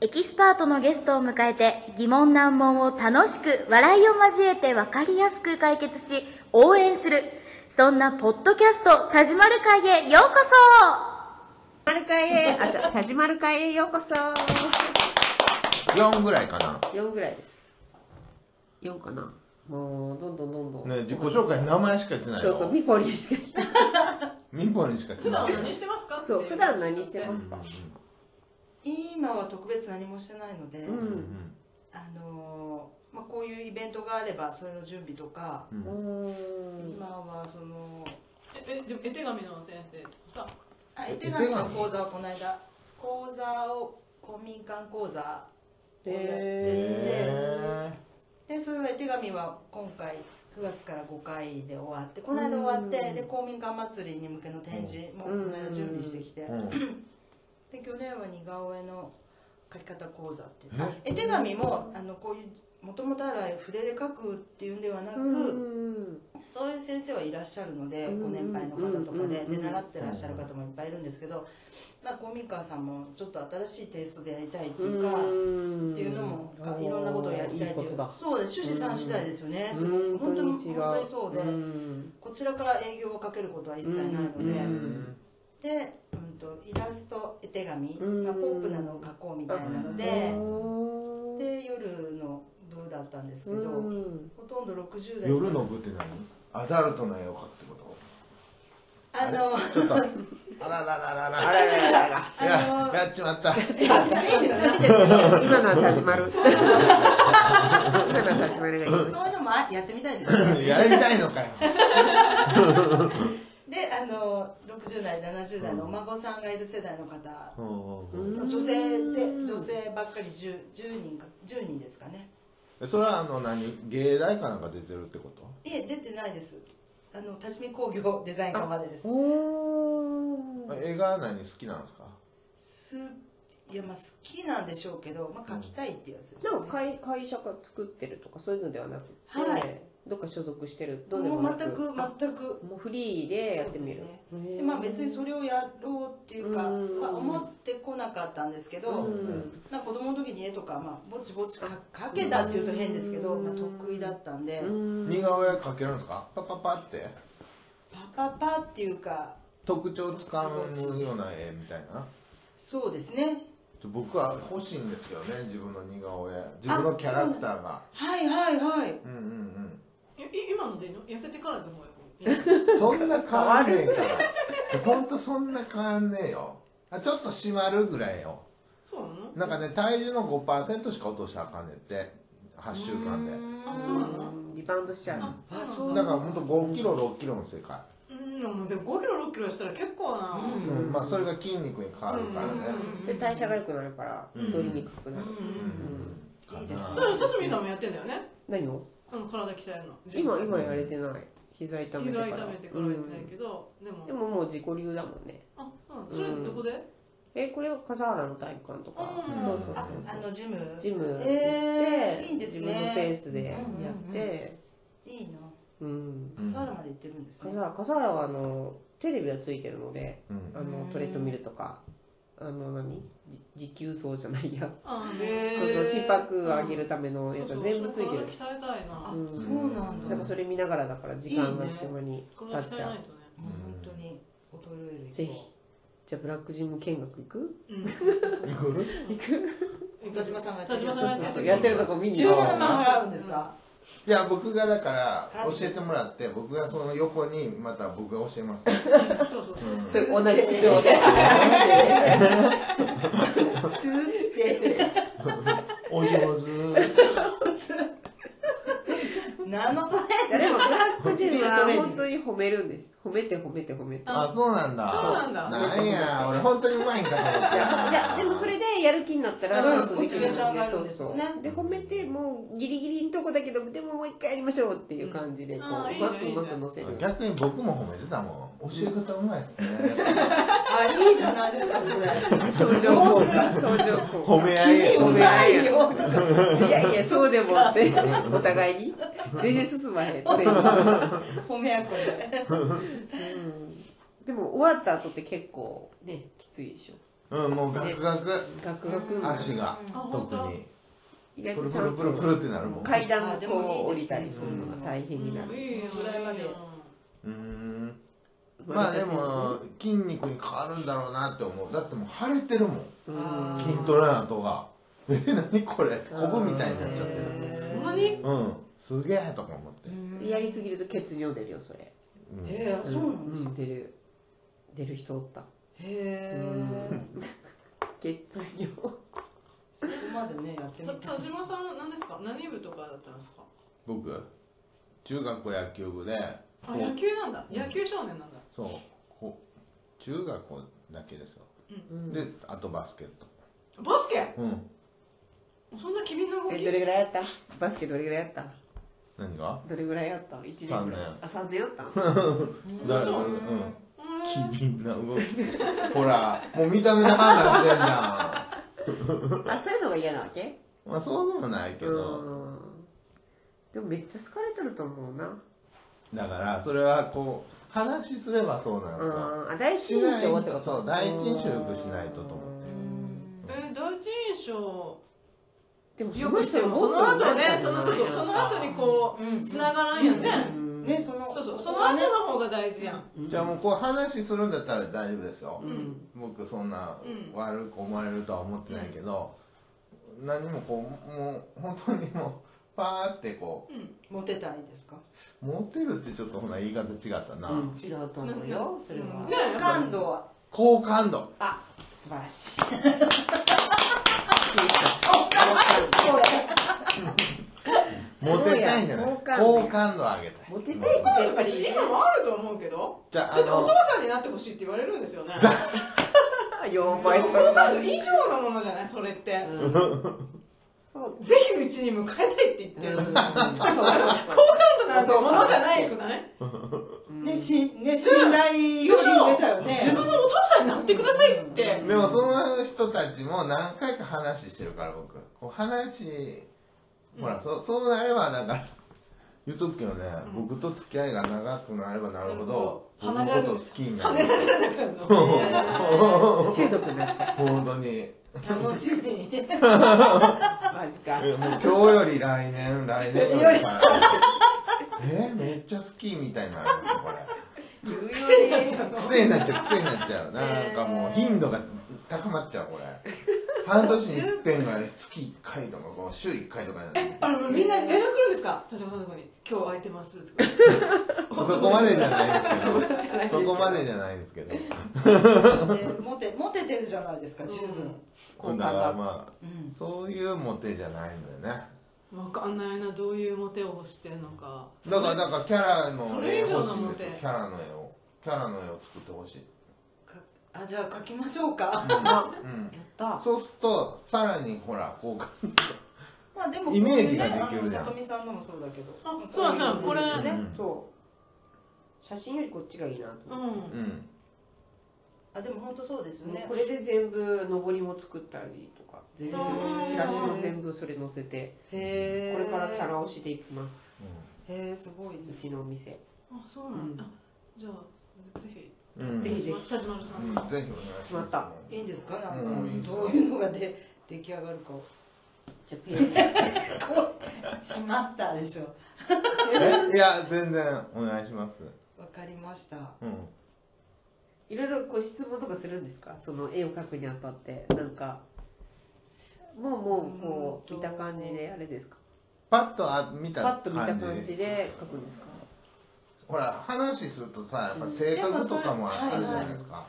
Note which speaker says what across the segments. Speaker 1: エキスパートのゲストを迎えて疑問難問を楽しく笑いを交えて分かりやすく解決し応援するそんなポッドキャスト「田島る会」へようこ
Speaker 2: 田島る会へ、あ、じゃあ、田島る会へようこそ。
Speaker 3: 4ぐらいかな。
Speaker 2: 4ぐらいです。4かな。もう、どんどんどんどん。
Speaker 3: ね、自己紹介、名前しか言ってない
Speaker 2: そ
Speaker 3: の。
Speaker 2: うそう、ミポリンしか言ってない
Speaker 3: 民法にしか言って
Speaker 4: 普
Speaker 3: な
Speaker 4: 段
Speaker 3: い。
Speaker 4: 何してますか
Speaker 2: そう、普段何してますすか
Speaker 4: 今は特別何もしてないので、
Speaker 2: うん。
Speaker 4: あのーまあ、こういうイベントがあればそれの準備とか、
Speaker 2: うん
Speaker 4: 今はその
Speaker 5: えでも絵手紙の先生とかさ
Speaker 4: あ
Speaker 3: え
Speaker 4: 絵手紙の講座をこの間講座を公民館講座をやってて、
Speaker 3: へ
Speaker 4: でそれは絵手紙は今回9月から5回で終わってこの間終わって、で公民館祭りに向けの展示もこの間準備してきて、
Speaker 3: ーうん
Speaker 4: で去年は似顔絵の描き方講座っていう絵手紙もあのこういうもともとある筆で描くっていうんではなく、
Speaker 2: うん。
Speaker 4: そういう先生はいらっしゃるので、
Speaker 2: うん
Speaker 4: ご年配の方とかで,、
Speaker 2: うん
Speaker 4: で習ってらっしゃる方もいっぱいいるんですけど、まあ、公民館さんもちょっと新しいテイストでやりたいっていうか、
Speaker 2: うん
Speaker 4: っていうのもがいろんなことをやりた
Speaker 2: い
Speaker 4: いって
Speaker 2: いこ
Speaker 4: い
Speaker 2: と
Speaker 4: う
Speaker 2: だ
Speaker 4: そうです主治さん次第ですよね、すご
Speaker 2: うん
Speaker 4: く本当に
Speaker 2: 本当に違う
Speaker 4: 本当にそうで、
Speaker 2: うん
Speaker 4: こちらから営業をかけることは一切ないので。
Speaker 2: うん
Speaker 4: で、うん、とイラスト絵手紙、
Speaker 2: うん
Speaker 4: まあ、ポップなのを描こうみたいなので、
Speaker 2: うん
Speaker 4: で夜の部だったんですけど、
Speaker 2: うん
Speaker 4: ほとんど60代
Speaker 3: 夜の部って何アダルトな絵を描くって こ
Speaker 4: あの
Speaker 3: とちょっと、あららららら。
Speaker 2: あらららら。
Speaker 3: いや、やっちまった。
Speaker 4: いいですいいですよ
Speaker 2: 今のは田島る。今のは田島るがいいです。
Speaker 4: そういうのもあやってみたいです ね
Speaker 3: やりたいのかよ。
Speaker 4: であの60代70代のお孫さんがいる世代の方、
Speaker 3: うん
Speaker 4: 女性で女性ばっかり 10, 10人か10人ですかね
Speaker 3: それはあの何芸大かなんか出てるってこと
Speaker 4: いえ出てないですあの立ち見工業デザイン科までです
Speaker 2: おー
Speaker 3: 映画は何好きなんですか
Speaker 4: すいやまあ好きなんでしょうけど、まあ、書きたいっていうやつです
Speaker 2: で
Speaker 4: ね、
Speaker 2: も会会社が作ってるとかそういうのではなくて、
Speaker 4: はい
Speaker 2: どっか所属してるどうで
Speaker 4: も
Speaker 2: も
Speaker 4: う
Speaker 2: な
Speaker 4: 全く全く
Speaker 2: もうフリーでやってみる
Speaker 4: そうですねでまあ別にそれをやろうっていうか
Speaker 2: うん
Speaker 4: は思ってこなかったんですけど、
Speaker 2: うん
Speaker 4: まあ、子供の時に絵とか、まあ、ぼちぼちか描けたっていうと変ですけど、まあ、得意だったんで、
Speaker 3: 似顔絵描けるんですかパパパって
Speaker 4: パパパっていうか
Speaker 3: 特徴つかむような絵みたいな
Speaker 4: そうですね
Speaker 3: ちょ僕は欲しいんですよね自分の似顔絵自分のキャラクターが
Speaker 4: はいはいはい
Speaker 3: うんうん
Speaker 5: いい今のでいいの痩せてからの方がい い
Speaker 3: うんそんな変わんねえからほんとそんな変わんねえよあちょっと締まるぐらいよ
Speaker 5: そうなの
Speaker 3: なんかね体重の5%しか落としたらあかんねんって8週間で
Speaker 5: あそうなの
Speaker 2: リバウンドしちゃう
Speaker 5: あ
Speaker 4: あ
Speaker 5: そう
Speaker 4: そう
Speaker 3: だからほんと5キロ6キロの世界、
Speaker 5: うんでもでも5キロ6キロしたら結構な
Speaker 3: うんまあそれが筋肉に変わるからね、
Speaker 2: で代謝が良くなるから太りにくくなる、
Speaker 4: いいです
Speaker 5: そ
Speaker 4: ね
Speaker 5: れさすみさんもやってんだよね
Speaker 2: 何を
Speaker 5: あの体鍛えるの
Speaker 2: 今今やれてない膝痛めてか
Speaker 5: 膝
Speaker 2: ら
Speaker 5: 痛めてからやってないけど、で
Speaker 2: うん
Speaker 5: も
Speaker 2: でももう自己流だもんね
Speaker 5: あそうなのそれどこで、
Speaker 2: えこれは笠原の体育館とか、
Speaker 5: うん
Speaker 2: そうそうそう
Speaker 4: ああのジム
Speaker 2: ジム行って、
Speaker 4: えーいいですね
Speaker 2: 自分のペースでやって、
Speaker 4: いいな
Speaker 2: うん
Speaker 4: 笠原まで行ってるんですね、
Speaker 2: 笠原笠原はあのテレビはついてるので
Speaker 3: うん
Speaker 2: あのトレッドミルとかあの何じ持久走じゃないや、
Speaker 5: あ
Speaker 4: へ
Speaker 5: え
Speaker 2: そうそう心拍
Speaker 5: ー
Speaker 2: 上げるためのやつは全部ついてる
Speaker 5: 体鍛えたいな、
Speaker 4: あ、
Speaker 2: うん
Speaker 4: そうなん
Speaker 2: な
Speaker 4: だ
Speaker 2: んかそれ見ながらだから時間があっという間に経
Speaker 5: 体
Speaker 2: っち
Speaker 5: 鍛え
Speaker 2: ゃ
Speaker 5: な
Speaker 2: う
Speaker 5: いとね
Speaker 4: もう本当に衰える一方
Speaker 2: ぜひじゃあブラックジム見学行く
Speaker 3: 行く
Speaker 5: うん
Speaker 4: 田島さんがやって
Speaker 5: 田
Speaker 4: る
Speaker 5: 島さ
Speaker 2: そう
Speaker 5: んがやって
Speaker 2: そう
Speaker 5: る
Speaker 2: やってるとこ見に行こう
Speaker 4: 17万払うんですか、
Speaker 3: いや僕がだから教えてもらって僕がその横にまた僕が教え ます
Speaker 5: そうそうそう
Speaker 2: そう同じ口調で
Speaker 4: すって
Speaker 3: お上手
Speaker 4: 何のトレ
Speaker 2: いやでもブラックジムは本当に褒めるんです褒めて褒めて褒めて
Speaker 3: あそうなんだ
Speaker 5: そうなんだ
Speaker 3: なんや俺本当にうまいんかと思っ
Speaker 2: いや
Speaker 3: た
Speaker 2: でもそれでやる気になったら
Speaker 4: うん
Speaker 2: ちゃんとできる
Speaker 4: モチベーション上がるんですよね
Speaker 2: そうそうで褒めてもうギリギリのとこだけどでももう一回やりましょうっていう感じでこうう
Speaker 5: あ
Speaker 2: ま
Speaker 5: ーいいじゃん
Speaker 2: くうまく乗せる
Speaker 3: 逆に僕も褒めてたもん教え方うまいですね
Speaker 4: あいいじゃないですかそれ
Speaker 2: 相乗効果相乗効果
Speaker 3: 褒め合い
Speaker 2: 褒め合いよいやいやそうでもってお互いに全然進まへんトレーニング
Speaker 4: 褒めやこで
Speaker 2: うんでも終わった後って結構ねきついでしょ
Speaker 3: うん、もうガクガク。
Speaker 2: ガクガク
Speaker 3: 足が、
Speaker 5: あ本
Speaker 3: 特
Speaker 5: 当
Speaker 3: に。
Speaker 2: 意外
Speaker 3: プ
Speaker 2: と
Speaker 3: ル
Speaker 2: ち
Speaker 3: プ
Speaker 2: ゃ
Speaker 3: ル
Speaker 2: ん
Speaker 3: プルプ
Speaker 2: と
Speaker 3: ルってなるもん。
Speaker 2: 階段を
Speaker 4: あでも
Speaker 2: こう降
Speaker 4: い
Speaker 2: り
Speaker 4: いですね
Speaker 2: たりするのが大変になるし
Speaker 5: いいやん
Speaker 4: そのぐらいまで
Speaker 3: うん。まあでも、筋肉に変わるんだろうなって思う。だってもう腫れてるもん。
Speaker 4: あー
Speaker 3: 筋トレの後が。 え、何これコブみたいになっちゃってる。
Speaker 5: ほんまに
Speaker 3: うん。すげえとか思って。
Speaker 2: やりすぎると血尿出るよそれ
Speaker 3: うん
Speaker 4: えー、あそうなんですか、
Speaker 2: ん出る出る人おった
Speaker 4: へえ
Speaker 2: 血尿
Speaker 4: そこまでねやってみ
Speaker 5: た
Speaker 4: たい
Speaker 5: 田島さんは何ですか何部とかだったんですか
Speaker 3: 僕、中学校野球部で、
Speaker 5: あ
Speaker 3: こう
Speaker 5: 野球なんだ野球少年なんだ
Speaker 3: そうこう中学校だけですよ、であとバスケット
Speaker 5: バスケ
Speaker 3: うん
Speaker 5: そんな君の動
Speaker 2: え
Speaker 5: き
Speaker 2: どれぐらいやったバスケどれぐらいやった
Speaker 3: 何が
Speaker 2: どれぐらいやった一年ぐらい
Speaker 3: 三年
Speaker 2: あ三年や ったん
Speaker 3: 誰が
Speaker 5: う
Speaker 3: うん
Speaker 5: うん
Speaker 3: 機敏な動きほらもう見た目で判断してんじゃ
Speaker 2: あそういうのが嫌なわけ
Speaker 3: んまあそうでもないけど
Speaker 2: うんでもめっちゃ好かれてると思うな
Speaker 3: だからそれはこう話すればそうなんですよ
Speaker 2: うんあ第一印象ってこと
Speaker 3: そう第一印象よくしないとと思って
Speaker 5: え第一印象
Speaker 2: でも
Speaker 5: よくしてもその後ねそのそうそうその後にこ
Speaker 4: う
Speaker 5: うんつながらんよね
Speaker 4: うんねその
Speaker 5: そうそうその後の方が大事やん
Speaker 3: じゃあもうこう話するんだったら大丈夫ですよ、
Speaker 5: ん
Speaker 3: 僕そんな
Speaker 5: うん
Speaker 3: 悪く思われるとは思ってないけど、何もこうもう本当にもうパーってこ
Speaker 4: モテたいですか
Speaker 3: うモテるってちょっとほな言い方違ったな、
Speaker 2: うん違うと思うよそれは
Speaker 5: ねえ
Speaker 4: 感度は
Speaker 3: 好感度
Speaker 2: あ素晴らしい
Speaker 4: これ
Speaker 3: モテたいんじゃない
Speaker 2: そう
Speaker 3: 好
Speaker 2: や
Speaker 3: 感
Speaker 2: 好感度
Speaker 3: 度上げたい
Speaker 2: モテたいってやっぱり
Speaker 5: 今もあると思うけど
Speaker 3: じゃああ
Speaker 5: だってお
Speaker 3: の
Speaker 5: 父さんになってほしいって言われるんですよね
Speaker 2: 4
Speaker 5: そ
Speaker 2: 倍
Speaker 5: の
Speaker 2: と
Speaker 5: 好
Speaker 2: か
Speaker 5: 感度以上のものじゃないそれって
Speaker 2: そう
Speaker 5: ぜひうちに迎えたいって言ってる好感度なんてものじゃないくない
Speaker 4: ねしね信頼より出たよね
Speaker 5: 自分のお父さんになってくださいって
Speaker 3: でもその人たちも何回か話してるから僕こう話ほら、そそうなればだから言うとくけどね、僕と付き合いが長くなればなるほど
Speaker 5: なるほど
Speaker 3: 僕のことを好きにな
Speaker 5: 跳
Speaker 3: る
Speaker 5: ねられなくなるの
Speaker 2: 中毒になっちゃ
Speaker 3: 本当に
Speaker 4: 楽しみ
Speaker 2: うマ ジか
Speaker 3: えもう今日より来年来年よりさえめっちゃ好きみたいになるよこ
Speaker 2: 癖になっちゃう
Speaker 3: れ癖になっちゃう癖になっちゃうなんかもう頻度が高まっちゃうこれ半年に一遍が月1回とかこう週1回とかになる
Speaker 5: あのみんな連絡来るんですか田島さんのとこに「今日空いてます」とか
Speaker 3: そこまでじゃないですけどそこまでじゃないですけど
Speaker 4: でモテモテてるじゃないですか十分
Speaker 2: 好感
Speaker 3: だ
Speaker 2: が
Speaker 3: からまあ
Speaker 4: うん
Speaker 3: そういうモテじゃないんだよね
Speaker 5: 分かんないなどういうモテをしてんのか
Speaker 3: だからだからキャラの
Speaker 5: そ
Speaker 3: 絵
Speaker 5: れ以上
Speaker 3: 欲
Speaker 5: の
Speaker 3: しいん
Speaker 5: モ
Speaker 3: です
Speaker 5: テ
Speaker 3: よキャラの絵をキャラの絵を作ってほしい、
Speaker 4: かあじゃあ書きましょうか
Speaker 3: うん、
Speaker 2: やった
Speaker 3: そうするとさらにほら好感度
Speaker 4: まあでも
Speaker 3: イメージができるじゃん
Speaker 4: こういうねあの里見さんのもそうだけど
Speaker 5: あそうなんそうなんこれ
Speaker 4: ね
Speaker 2: そう写真よりこっちがいいなと
Speaker 5: う
Speaker 2: 思っ
Speaker 3: う
Speaker 5: ん
Speaker 3: ん
Speaker 4: あでも本当そうです
Speaker 2: て
Speaker 4: よね
Speaker 2: これで全部上りも作ったりとか全部
Speaker 5: うん
Speaker 2: チラシも全部それ載せて
Speaker 4: へえ
Speaker 2: これからキャラ押しでいきます
Speaker 4: へえすごいね
Speaker 2: うちのお店
Speaker 5: あそうなんだじゃあぜひ
Speaker 3: うん
Speaker 2: ぜひぜ
Speaker 5: 田島さ
Speaker 3: うんぜひお
Speaker 5: んの
Speaker 3: 願いします
Speaker 2: また
Speaker 4: いいんですかなんか、
Speaker 3: うんいいです
Speaker 4: どういうのがで出来上がるかを
Speaker 2: じゃあページ
Speaker 4: こうしまったでしょ
Speaker 3: えいや全然お願いします
Speaker 4: わかりました
Speaker 3: うん
Speaker 2: いろいろこう質問とかするんですかその絵を描くにあたってなんかもうもうこう見た感じであれですか
Speaker 3: パッとあ見た
Speaker 2: パッと見た
Speaker 3: 感
Speaker 2: 感
Speaker 3: じ
Speaker 2: じで描くんですか
Speaker 3: ほら話するとさやっぱ性格とかもあるじゃないですか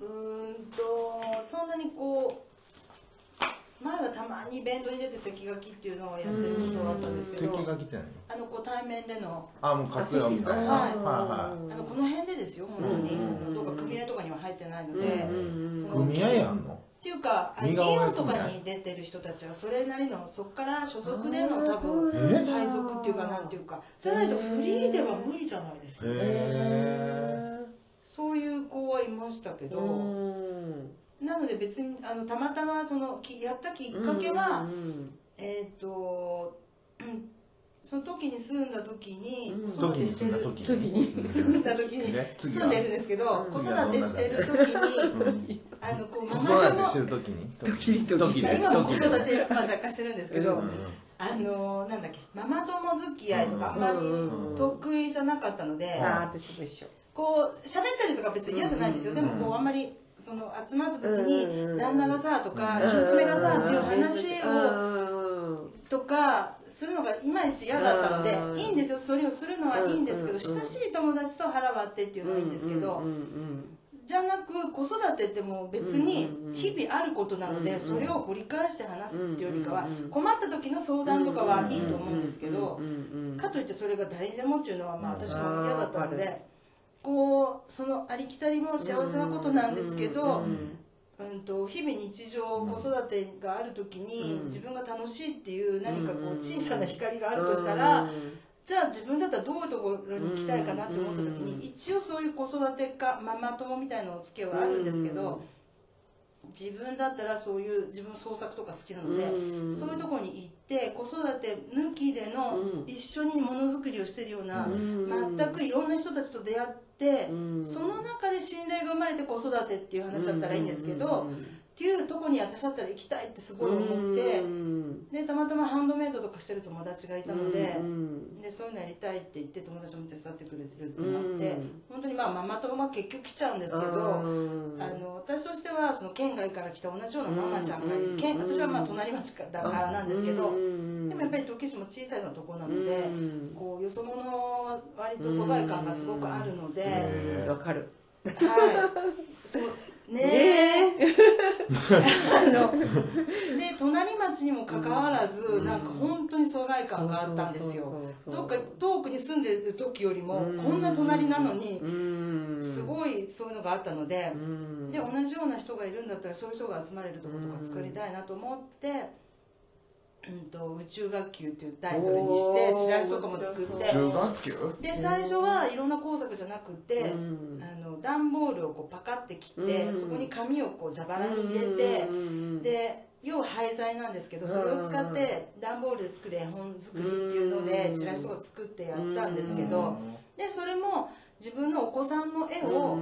Speaker 4: うーんとそんなにこう前はたまにイベントに出て席書きっていうのをやってる人があったんですけ
Speaker 3: 席
Speaker 4: ど
Speaker 3: が来てないの
Speaker 4: あのこう対面での
Speaker 3: あもう活用みたいな
Speaker 4: はい
Speaker 3: は
Speaker 4: あのこの辺でですよ本当に、
Speaker 3: うん
Speaker 4: あのどうか組合とかには入ってないので、
Speaker 2: うん
Speaker 4: そ
Speaker 3: い
Speaker 4: の
Speaker 3: はい組合やんの
Speaker 4: っていうかあの
Speaker 3: 似
Speaker 4: イ
Speaker 3: 顔絵
Speaker 4: オンとかに出てる人たちはそれなりのそこから所属での多分
Speaker 3: え
Speaker 4: 配属っていうかなんていうかじゃないとフリーでは無理じゃないですか
Speaker 3: へえ
Speaker 4: そういう子はいましたけど、
Speaker 2: うん
Speaker 4: なので別にあのたまたまそのきやったきっかけは、
Speaker 2: うん
Speaker 4: えっ、と、うんその時に住んだ時に、
Speaker 2: うん
Speaker 4: 子
Speaker 3: 時
Speaker 4: 育て
Speaker 3: に
Speaker 4: して
Speaker 3: 住んだ
Speaker 4: る
Speaker 3: 時
Speaker 2: 時
Speaker 4: 住んだ時に
Speaker 3: ね次は
Speaker 4: 住んでるんですけど、
Speaker 2: うん
Speaker 4: 子育てしてる時
Speaker 3: うん
Speaker 4: に、
Speaker 3: うん
Speaker 4: あのこう
Speaker 3: 子
Speaker 4: ママ
Speaker 3: 育て
Speaker 4: 友
Speaker 3: してる時に時
Speaker 2: に時に
Speaker 3: で
Speaker 4: 今も子
Speaker 3: 時
Speaker 4: 育
Speaker 3: に
Speaker 4: て、まあ、若干してるんですけど、
Speaker 2: う
Speaker 4: あのなんだっけママ友付き合いとかあんまり
Speaker 2: うん
Speaker 4: 得意じゃなかったので、
Speaker 3: ん
Speaker 2: ああ私も一緒
Speaker 4: こう喋ったりとか別に嫌じゃないんですよ、でもこうあんまりその集まった時に、
Speaker 2: うん
Speaker 4: 旦那がさとか、姑がさっていう話を、
Speaker 2: を
Speaker 4: とかするのがいまいち嫌だったので、
Speaker 2: うん
Speaker 4: いいんですよそれをするのはいいんですけど、
Speaker 2: うん
Speaker 4: 親しい友達と腹割ってっていうのはいいんですけど、じゃなく子育てってもう別に
Speaker 2: うんうんうん
Speaker 4: 日々あることなので、
Speaker 2: うんうん
Speaker 4: それを掘り返して話すっていうよりかは、
Speaker 2: うんうんうん
Speaker 4: 困った時の相談とかはいいと思うんですけど。か
Speaker 2: っ
Speaker 4: といってそれが誰にでもっていうのはまあ
Speaker 3: うん
Speaker 4: 私も嫌だったの
Speaker 2: あーわか
Speaker 4: でこうそのありきたりも幸せなことなんですけど、うん、と日々日常
Speaker 3: うん
Speaker 4: 子育てがある時に
Speaker 2: うん
Speaker 4: 自分が楽しいっていう何かこ
Speaker 2: うん
Speaker 4: う小さな光があるとしたら
Speaker 2: う
Speaker 4: じゃあ自分だったらどういうところに行きたいかなって思った時
Speaker 2: うん
Speaker 4: に一応そういう子育てかママ友みたいなお付き合いはあるんですけど自分だったらそういう自分創作とか好きなので。
Speaker 2: ん
Speaker 4: そういうところに行って子育て抜きでの
Speaker 2: うん
Speaker 4: 一緒にものづくりをしてるような、
Speaker 2: うん
Speaker 4: 全くいろんな人たちと出会って、
Speaker 2: うん
Speaker 4: その中で信頼が生まれて子育てっていう話だったらいいんですけど、っていうところに私だったら行きたいってすごい思って、でたまたまハンドメイドとかしてる友達がいたので。でそういうのやりたいって言って友達も手伝ってくれるってなって、
Speaker 2: うん
Speaker 4: 本当にまあママ友が結局来ちゃうんですけど、あの私としてはその県外から来た同じようなママちゃんがい
Speaker 2: うん
Speaker 4: る県私はまあ隣町だからなんですけど、で
Speaker 2: で
Speaker 4: もやっぱり時市も小さいのとこな
Speaker 2: な
Speaker 4: ので、こうよそ者は割と疎外感がすごくあるので、
Speaker 3: うん
Speaker 2: わかる
Speaker 4: はいそうねえ あので隣町にもかかわらず、なんか本当に疎外感があったんですよ
Speaker 2: そうそうそうそう
Speaker 4: どっか遠くに住んでる時よりも、
Speaker 2: うん
Speaker 4: こんな隣なのに、す
Speaker 2: すい
Speaker 4: ごいそういうのがあったので。で
Speaker 2: で
Speaker 4: 同じような人がいるんだったらそういう人が集まれるところとか作りたいなと思って「うん、と宇宙学級」っていうタイトルにして
Speaker 2: おー
Speaker 4: チラシとかも作っ
Speaker 2: 面
Speaker 4: て
Speaker 2: 白
Speaker 3: 中学級
Speaker 4: で最初はいろんな工作じゃなくて、あの段ボールをこうパカって切って、
Speaker 2: うん
Speaker 4: そこに紙をこう蛇腹に入れて、で要は廃材なんですけどそれを使って段ボールで作る絵本作りっていうので
Speaker 2: うん
Speaker 4: チラシとか作ってやったんですけど
Speaker 3: うん
Speaker 4: でそれも自分のお子さんの絵を、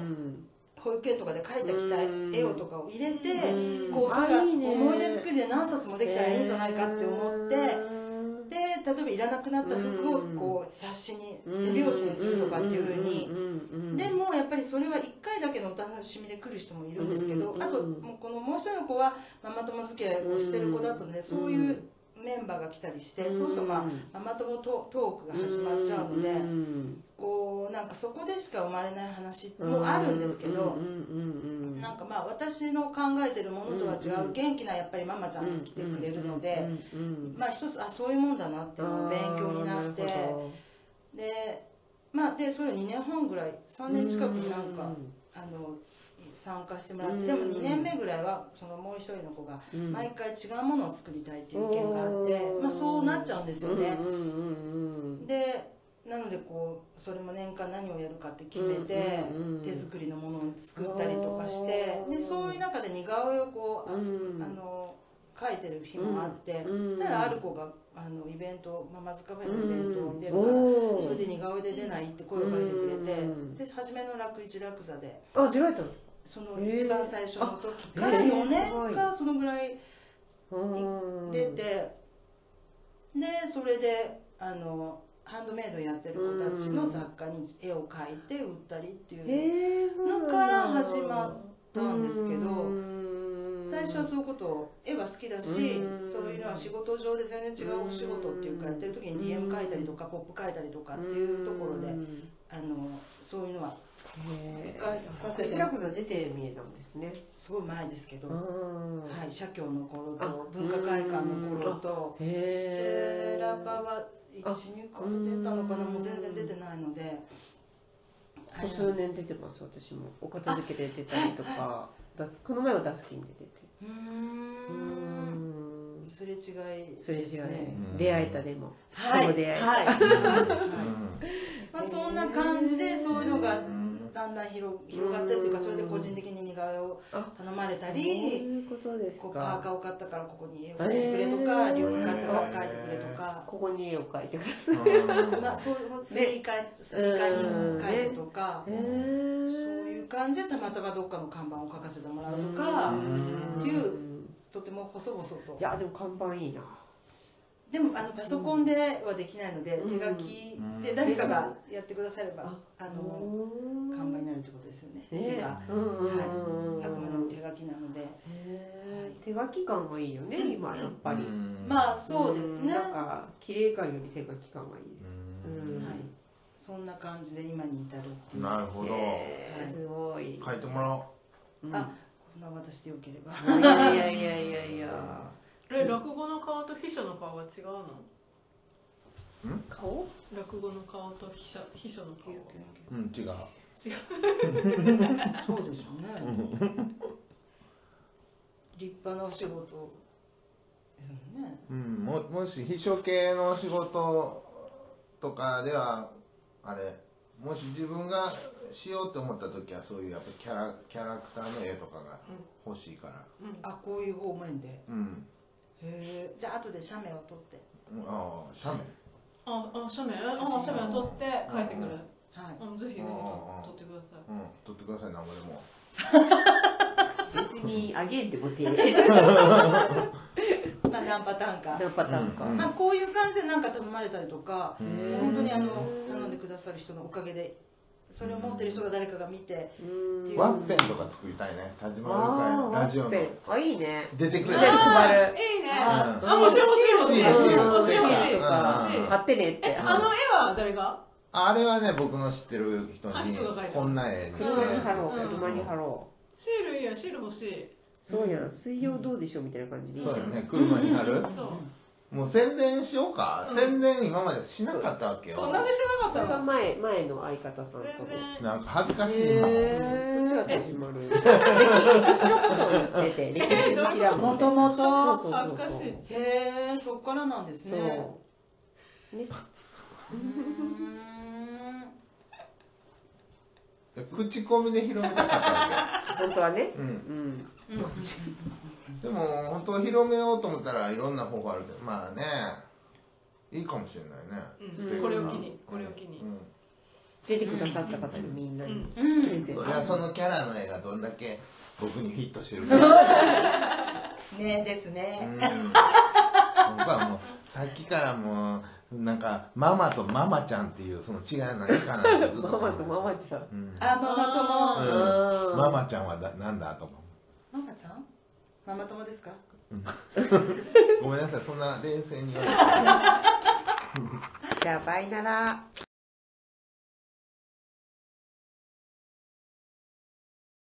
Speaker 4: 保育園とかで描いてきた絵をとかを入れて
Speaker 2: うん
Speaker 4: こうそれ
Speaker 2: あ
Speaker 4: が
Speaker 2: いいね
Speaker 4: 思い出作りで何冊もできたらいいんじゃないかって思ってで例えばいらなくなった服をこう冊子に背表紙にするとかっていうふうにでもやっぱりそれは1回だけのお楽しみで来る人もいるんですけど
Speaker 2: うん
Speaker 4: あともうこのもう一人の子はママ友付き合いをしてる子だったのでそういうメンバーが来たりしてそうするとまあママ友トトークが始まっちゃうのでこうなんかそこでしか生まれない話もあるんですけど。なんかまあ私の考えてるものとは違
Speaker 2: うんう
Speaker 4: うん元気なやっぱりママちゃんが来てくれるのでまあ一つあそういうもんだなっていうのが勉強になってでまあでそれを2年半ぐらい3年近くなんかあの参加してもらっ
Speaker 2: うん
Speaker 4: てでも2年目ぐらいはそのもう一人の子が毎回違うものを作りたいっていう意見があって
Speaker 2: うん
Speaker 4: まあそうなっちゃうんですよねでなのでこうそれも年間何をやるかって決めて
Speaker 2: うんうんうん
Speaker 4: 手作りのものを作ったりとかして
Speaker 2: あー
Speaker 4: でそういう中で似顔絵をこうあつ
Speaker 2: うん
Speaker 4: あの描いてる日もあって
Speaker 2: うん
Speaker 4: たらある子があのイベントママズカフェのイベントに出るからそれで
Speaker 2: あ
Speaker 4: 似顔絵で出ないって声をかけてく
Speaker 2: うん
Speaker 4: れてで初めの楽一楽座で
Speaker 2: 出られたの
Speaker 4: そ
Speaker 2: へ
Speaker 4: の
Speaker 2: ー
Speaker 4: 一番最初の時から
Speaker 2: あへー
Speaker 4: 4
Speaker 2: すごい
Speaker 4: 年かそのぐらい出てでそれであのハンドメイドやってる子たちの雑貨に絵を描いて売ったりっていうのから始まったんですけど最初はそういうことを絵は好きだし
Speaker 2: うん
Speaker 4: そういうのは仕事上で全然違うお仕事っていうかやってる時に DM 描いたりとかポップ描いたりとかっていうところであのそういうのは
Speaker 2: へ
Speaker 4: 復活させて
Speaker 2: 白くさ出て見えたんですね。
Speaker 4: すごい前ですけど、は、
Speaker 2: はい
Speaker 4: 社協の頃
Speaker 2: あ
Speaker 4: と文化会館の頃と。
Speaker 2: い。へ
Speaker 4: セーラバは12
Speaker 2: あ
Speaker 4: 回出たのかな
Speaker 2: うん
Speaker 4: もう全然出てないのであ
Speaker 2: こ
Speaker 4: れ
Speaker 2: こ数年出てます私も。お片付けで出たりとか、ダスこの前はダスキンで出て。
Speaker 4: うー
Speaker 2: うんん。
Speaker 4: すれ違い
Speaker 2: それ
Speaker 4: で
Speaker 2: 違
Speaker 4: す
Speaker 2: うね
Speaker 4: ね。
Speaker 2: 出会えたでも。
Speaker 4: はい
Speaker 2: この出会い
Speaker 4: はい、
Speaker 3: う
Speaker 4: まあ、そんな感じでそういうのが
Speaker 3: ん
Speaker 4: だんだん広広がってっていうかそれで個人的に似顔絵を頼まれた
Speaker 2: そう
Speaker 4: り
Speaker 2: いうことです
Speaker 4: こうパーカ
Speaker 2: か
Speaker 4: ーを買ったからここに絵を描いてくれとか
Speaker 2: へー
Speaker 4: 料理買ったから描いてくれとか
Speaker 2: ここに絵を描いてください
Speaker 3: うん
Speaker 4: まあそういうスニーカースニーカーに描いてとか
Speaker 2: へ
Speaker 4: そう
Speaker 2: ー
Speaker 4: いう感じでたまたまどっかの看板を描かせてもらうとかっていうとても細々と
Speaker 2: いやでも看板いいな
Speaker 4: でもあのパソコンではできないので
Speaker 2: うん
Speaker 4: 手書き
Speaker 3: うん
Speaker 4: で誰かがやってくだされば
Speaker 2: あ
Speaker 4: あの看板になるってことですよね。
Speaker 2: ね
Speaker 4: 手が
Speaker 2: うんうんうんうん
Speaker 4: はい、あくまでも手書きなので、
Speaker 2: へー手書き感がいいよね今やっぱり
Speaker 3: うん
Speaker 4: まあそうですね、
Speaker 2: なん
Speaker 4: は
Speaker 2: か綺麗感より手書き感がいいです
Speaker 3: うん
Speaker 4: い
Speaker 2: ん、
Speaker 4: そんな感じで今に至るっていう。
Speaker 3: なるほど
Speaker 2: へーすごい
Speaker 3: 書いてもらおう
Speaker 2: うん
Speaker 4: あ、こんな私でよければ。
Speaker 2: いやいやいやいやいや
Speaker 5: え落語の顔と秘書の顔は違うの
Speaker 2: 顔
Speaker 5: 落語の顔と秘書秘書の顔は
Speaker 3: うん違う
Speaker 5: 違う
Speaker 4: そうでしょうね。 立派なお仕事ですもんね。
Speaker 3: うんももし秘書系のお仕事とかではあれもし自分がしようと思った時はそういうやっぱキャラキャラクターの絵とかが欲しいから
Speaker 4: あ、こういう方面で。へ
Speaker 3: うん、
Speaker 4: え。じゃあ後で写メを撮って。
Speaker 3: うん、ああ写メ
Speaker 5: ああ写メあ
Speaker 4: 写真
Speaker 5: 写メを撮って書いてくる
Speaker 4: はい。
Speaker 5: うんぜひぜ
Speaker 3: あ
Speaker 5: ひ撮
Speaker 3: あ
Speaker 5: 撮ってください
Speaker 3: うん撮ってください名
Speaker 2: 別
Speaker 3: 前も
Speaker 2: にあげんでも て
Speaker 4: まあ何パターンか。
Speaker 2: 何パターン
Speaker 3: うん
Speaker 2: か
Speaker 4: まあこういう感じでなんか頼まれたりとか、
Speaker 3: ん
Speaker 4: 本当にあの頼んでくださる人のおかげで、それを持ってる人が誰かが見て、っていう
Speaker 3: ワッペンとか作りたいね立ち回る会ラジオの
Speaker 2: あいいね
Speaker 3: 出てくれ
Speaker 2: あ
Speaker 3: た
Speaker 2: ー
Speaker 5: あ
Speaker 2: 配
Speaker 5: ー
Speaker 2: る
Speaker 5: いいね
Speaker 3: あ
Speaker 5: あ欲しい欲しい欲しい
Speaker 2: シール
Speaker 5: 欲しい欲しい欲しい
Speaker 2: シール
Speaker 5: 欲しい
Speaker 3: うん
Speaker 2: 買ってねって
Speaker 5: えあの絵は誰が
Speaker 3: あれはね僕の知ってる人
Speaker 5: あ
Speaker 3: に
Speaker 5: 人が描いた
Speaker 3: こんな絵にして
Speaker 2: 車に貼ろう
Speaker 5: うん
Speaker 2: 車に貼ろう
Speaker 5: シールいいやシール欲しい
Speaker 2: そうや水曜どうでしょうみたいな感じでいい
Speaker 3: そう
Speaker 2: ね
Speaker 3: だよね車に貼る
Speaker 5: そう
Speaker 3: もう宣伝しようか、宣伝今までしなかったわけよ
Speaker 5: そうなんでしてな
Speaker 2: これ
Speaker 5: かった
Speaker 2: は
Speaker 5: の
Speaker 2: 前前の相方さんとこ
Speaker 5: 全然
Speaker 3: なんか恥ずかしいな、
Speaker 2: っちは始まる歴史のことを言ってて歴史好きだもん
Speaker 4: もとも
Speaker 2: そ
Speaker 4: と
Speaker 2: うそうそうそう
Speaker 5: 恥ずかしい
Speaker 4: へえそっからなんですね
Speaker 2: そうね
Speaker 4: うーん
Speaker 3: 口コミで広めたかったわ
Speaker 2: 本当はね
Speaker 3: け、うん、
Speaker 2: うん
Speaker 3: でも本当広めようと思ったらいろんな方法あるけどまあねいいかもしれないね、
Speaker 5: うんこれを機にこれを機に
Speaker 3: うん
Speaker 2: 出てくださった方にみんなに
Speaker 4: うん
Speaker 2: プレゼン
Speaker 3: そ
Speaker 2: ト
Speaker 3: りゃそのキャラの絵がどんだけ僕にフィットしてるか、うん、
Speaker 4: ねですね
Speaker 3: 僕はもうさっきからもうなんかママとママちゃんっていうその違いは何かなってずっと
Speaker 2: マ
Speaker 3: 考
Speaker 2: マ
Speaker 3: えて
Speaker 2: とママちゃん
Speaker 3: うん
Speaker 4: あママ友
Speaker 3: うんママちゃんはだなんだとか
Speaker 4: ママちゃんママ友ですか
Speaker 3: ごめんなさいそんな冷静に言われて
Speaker 2: じゃあバイなら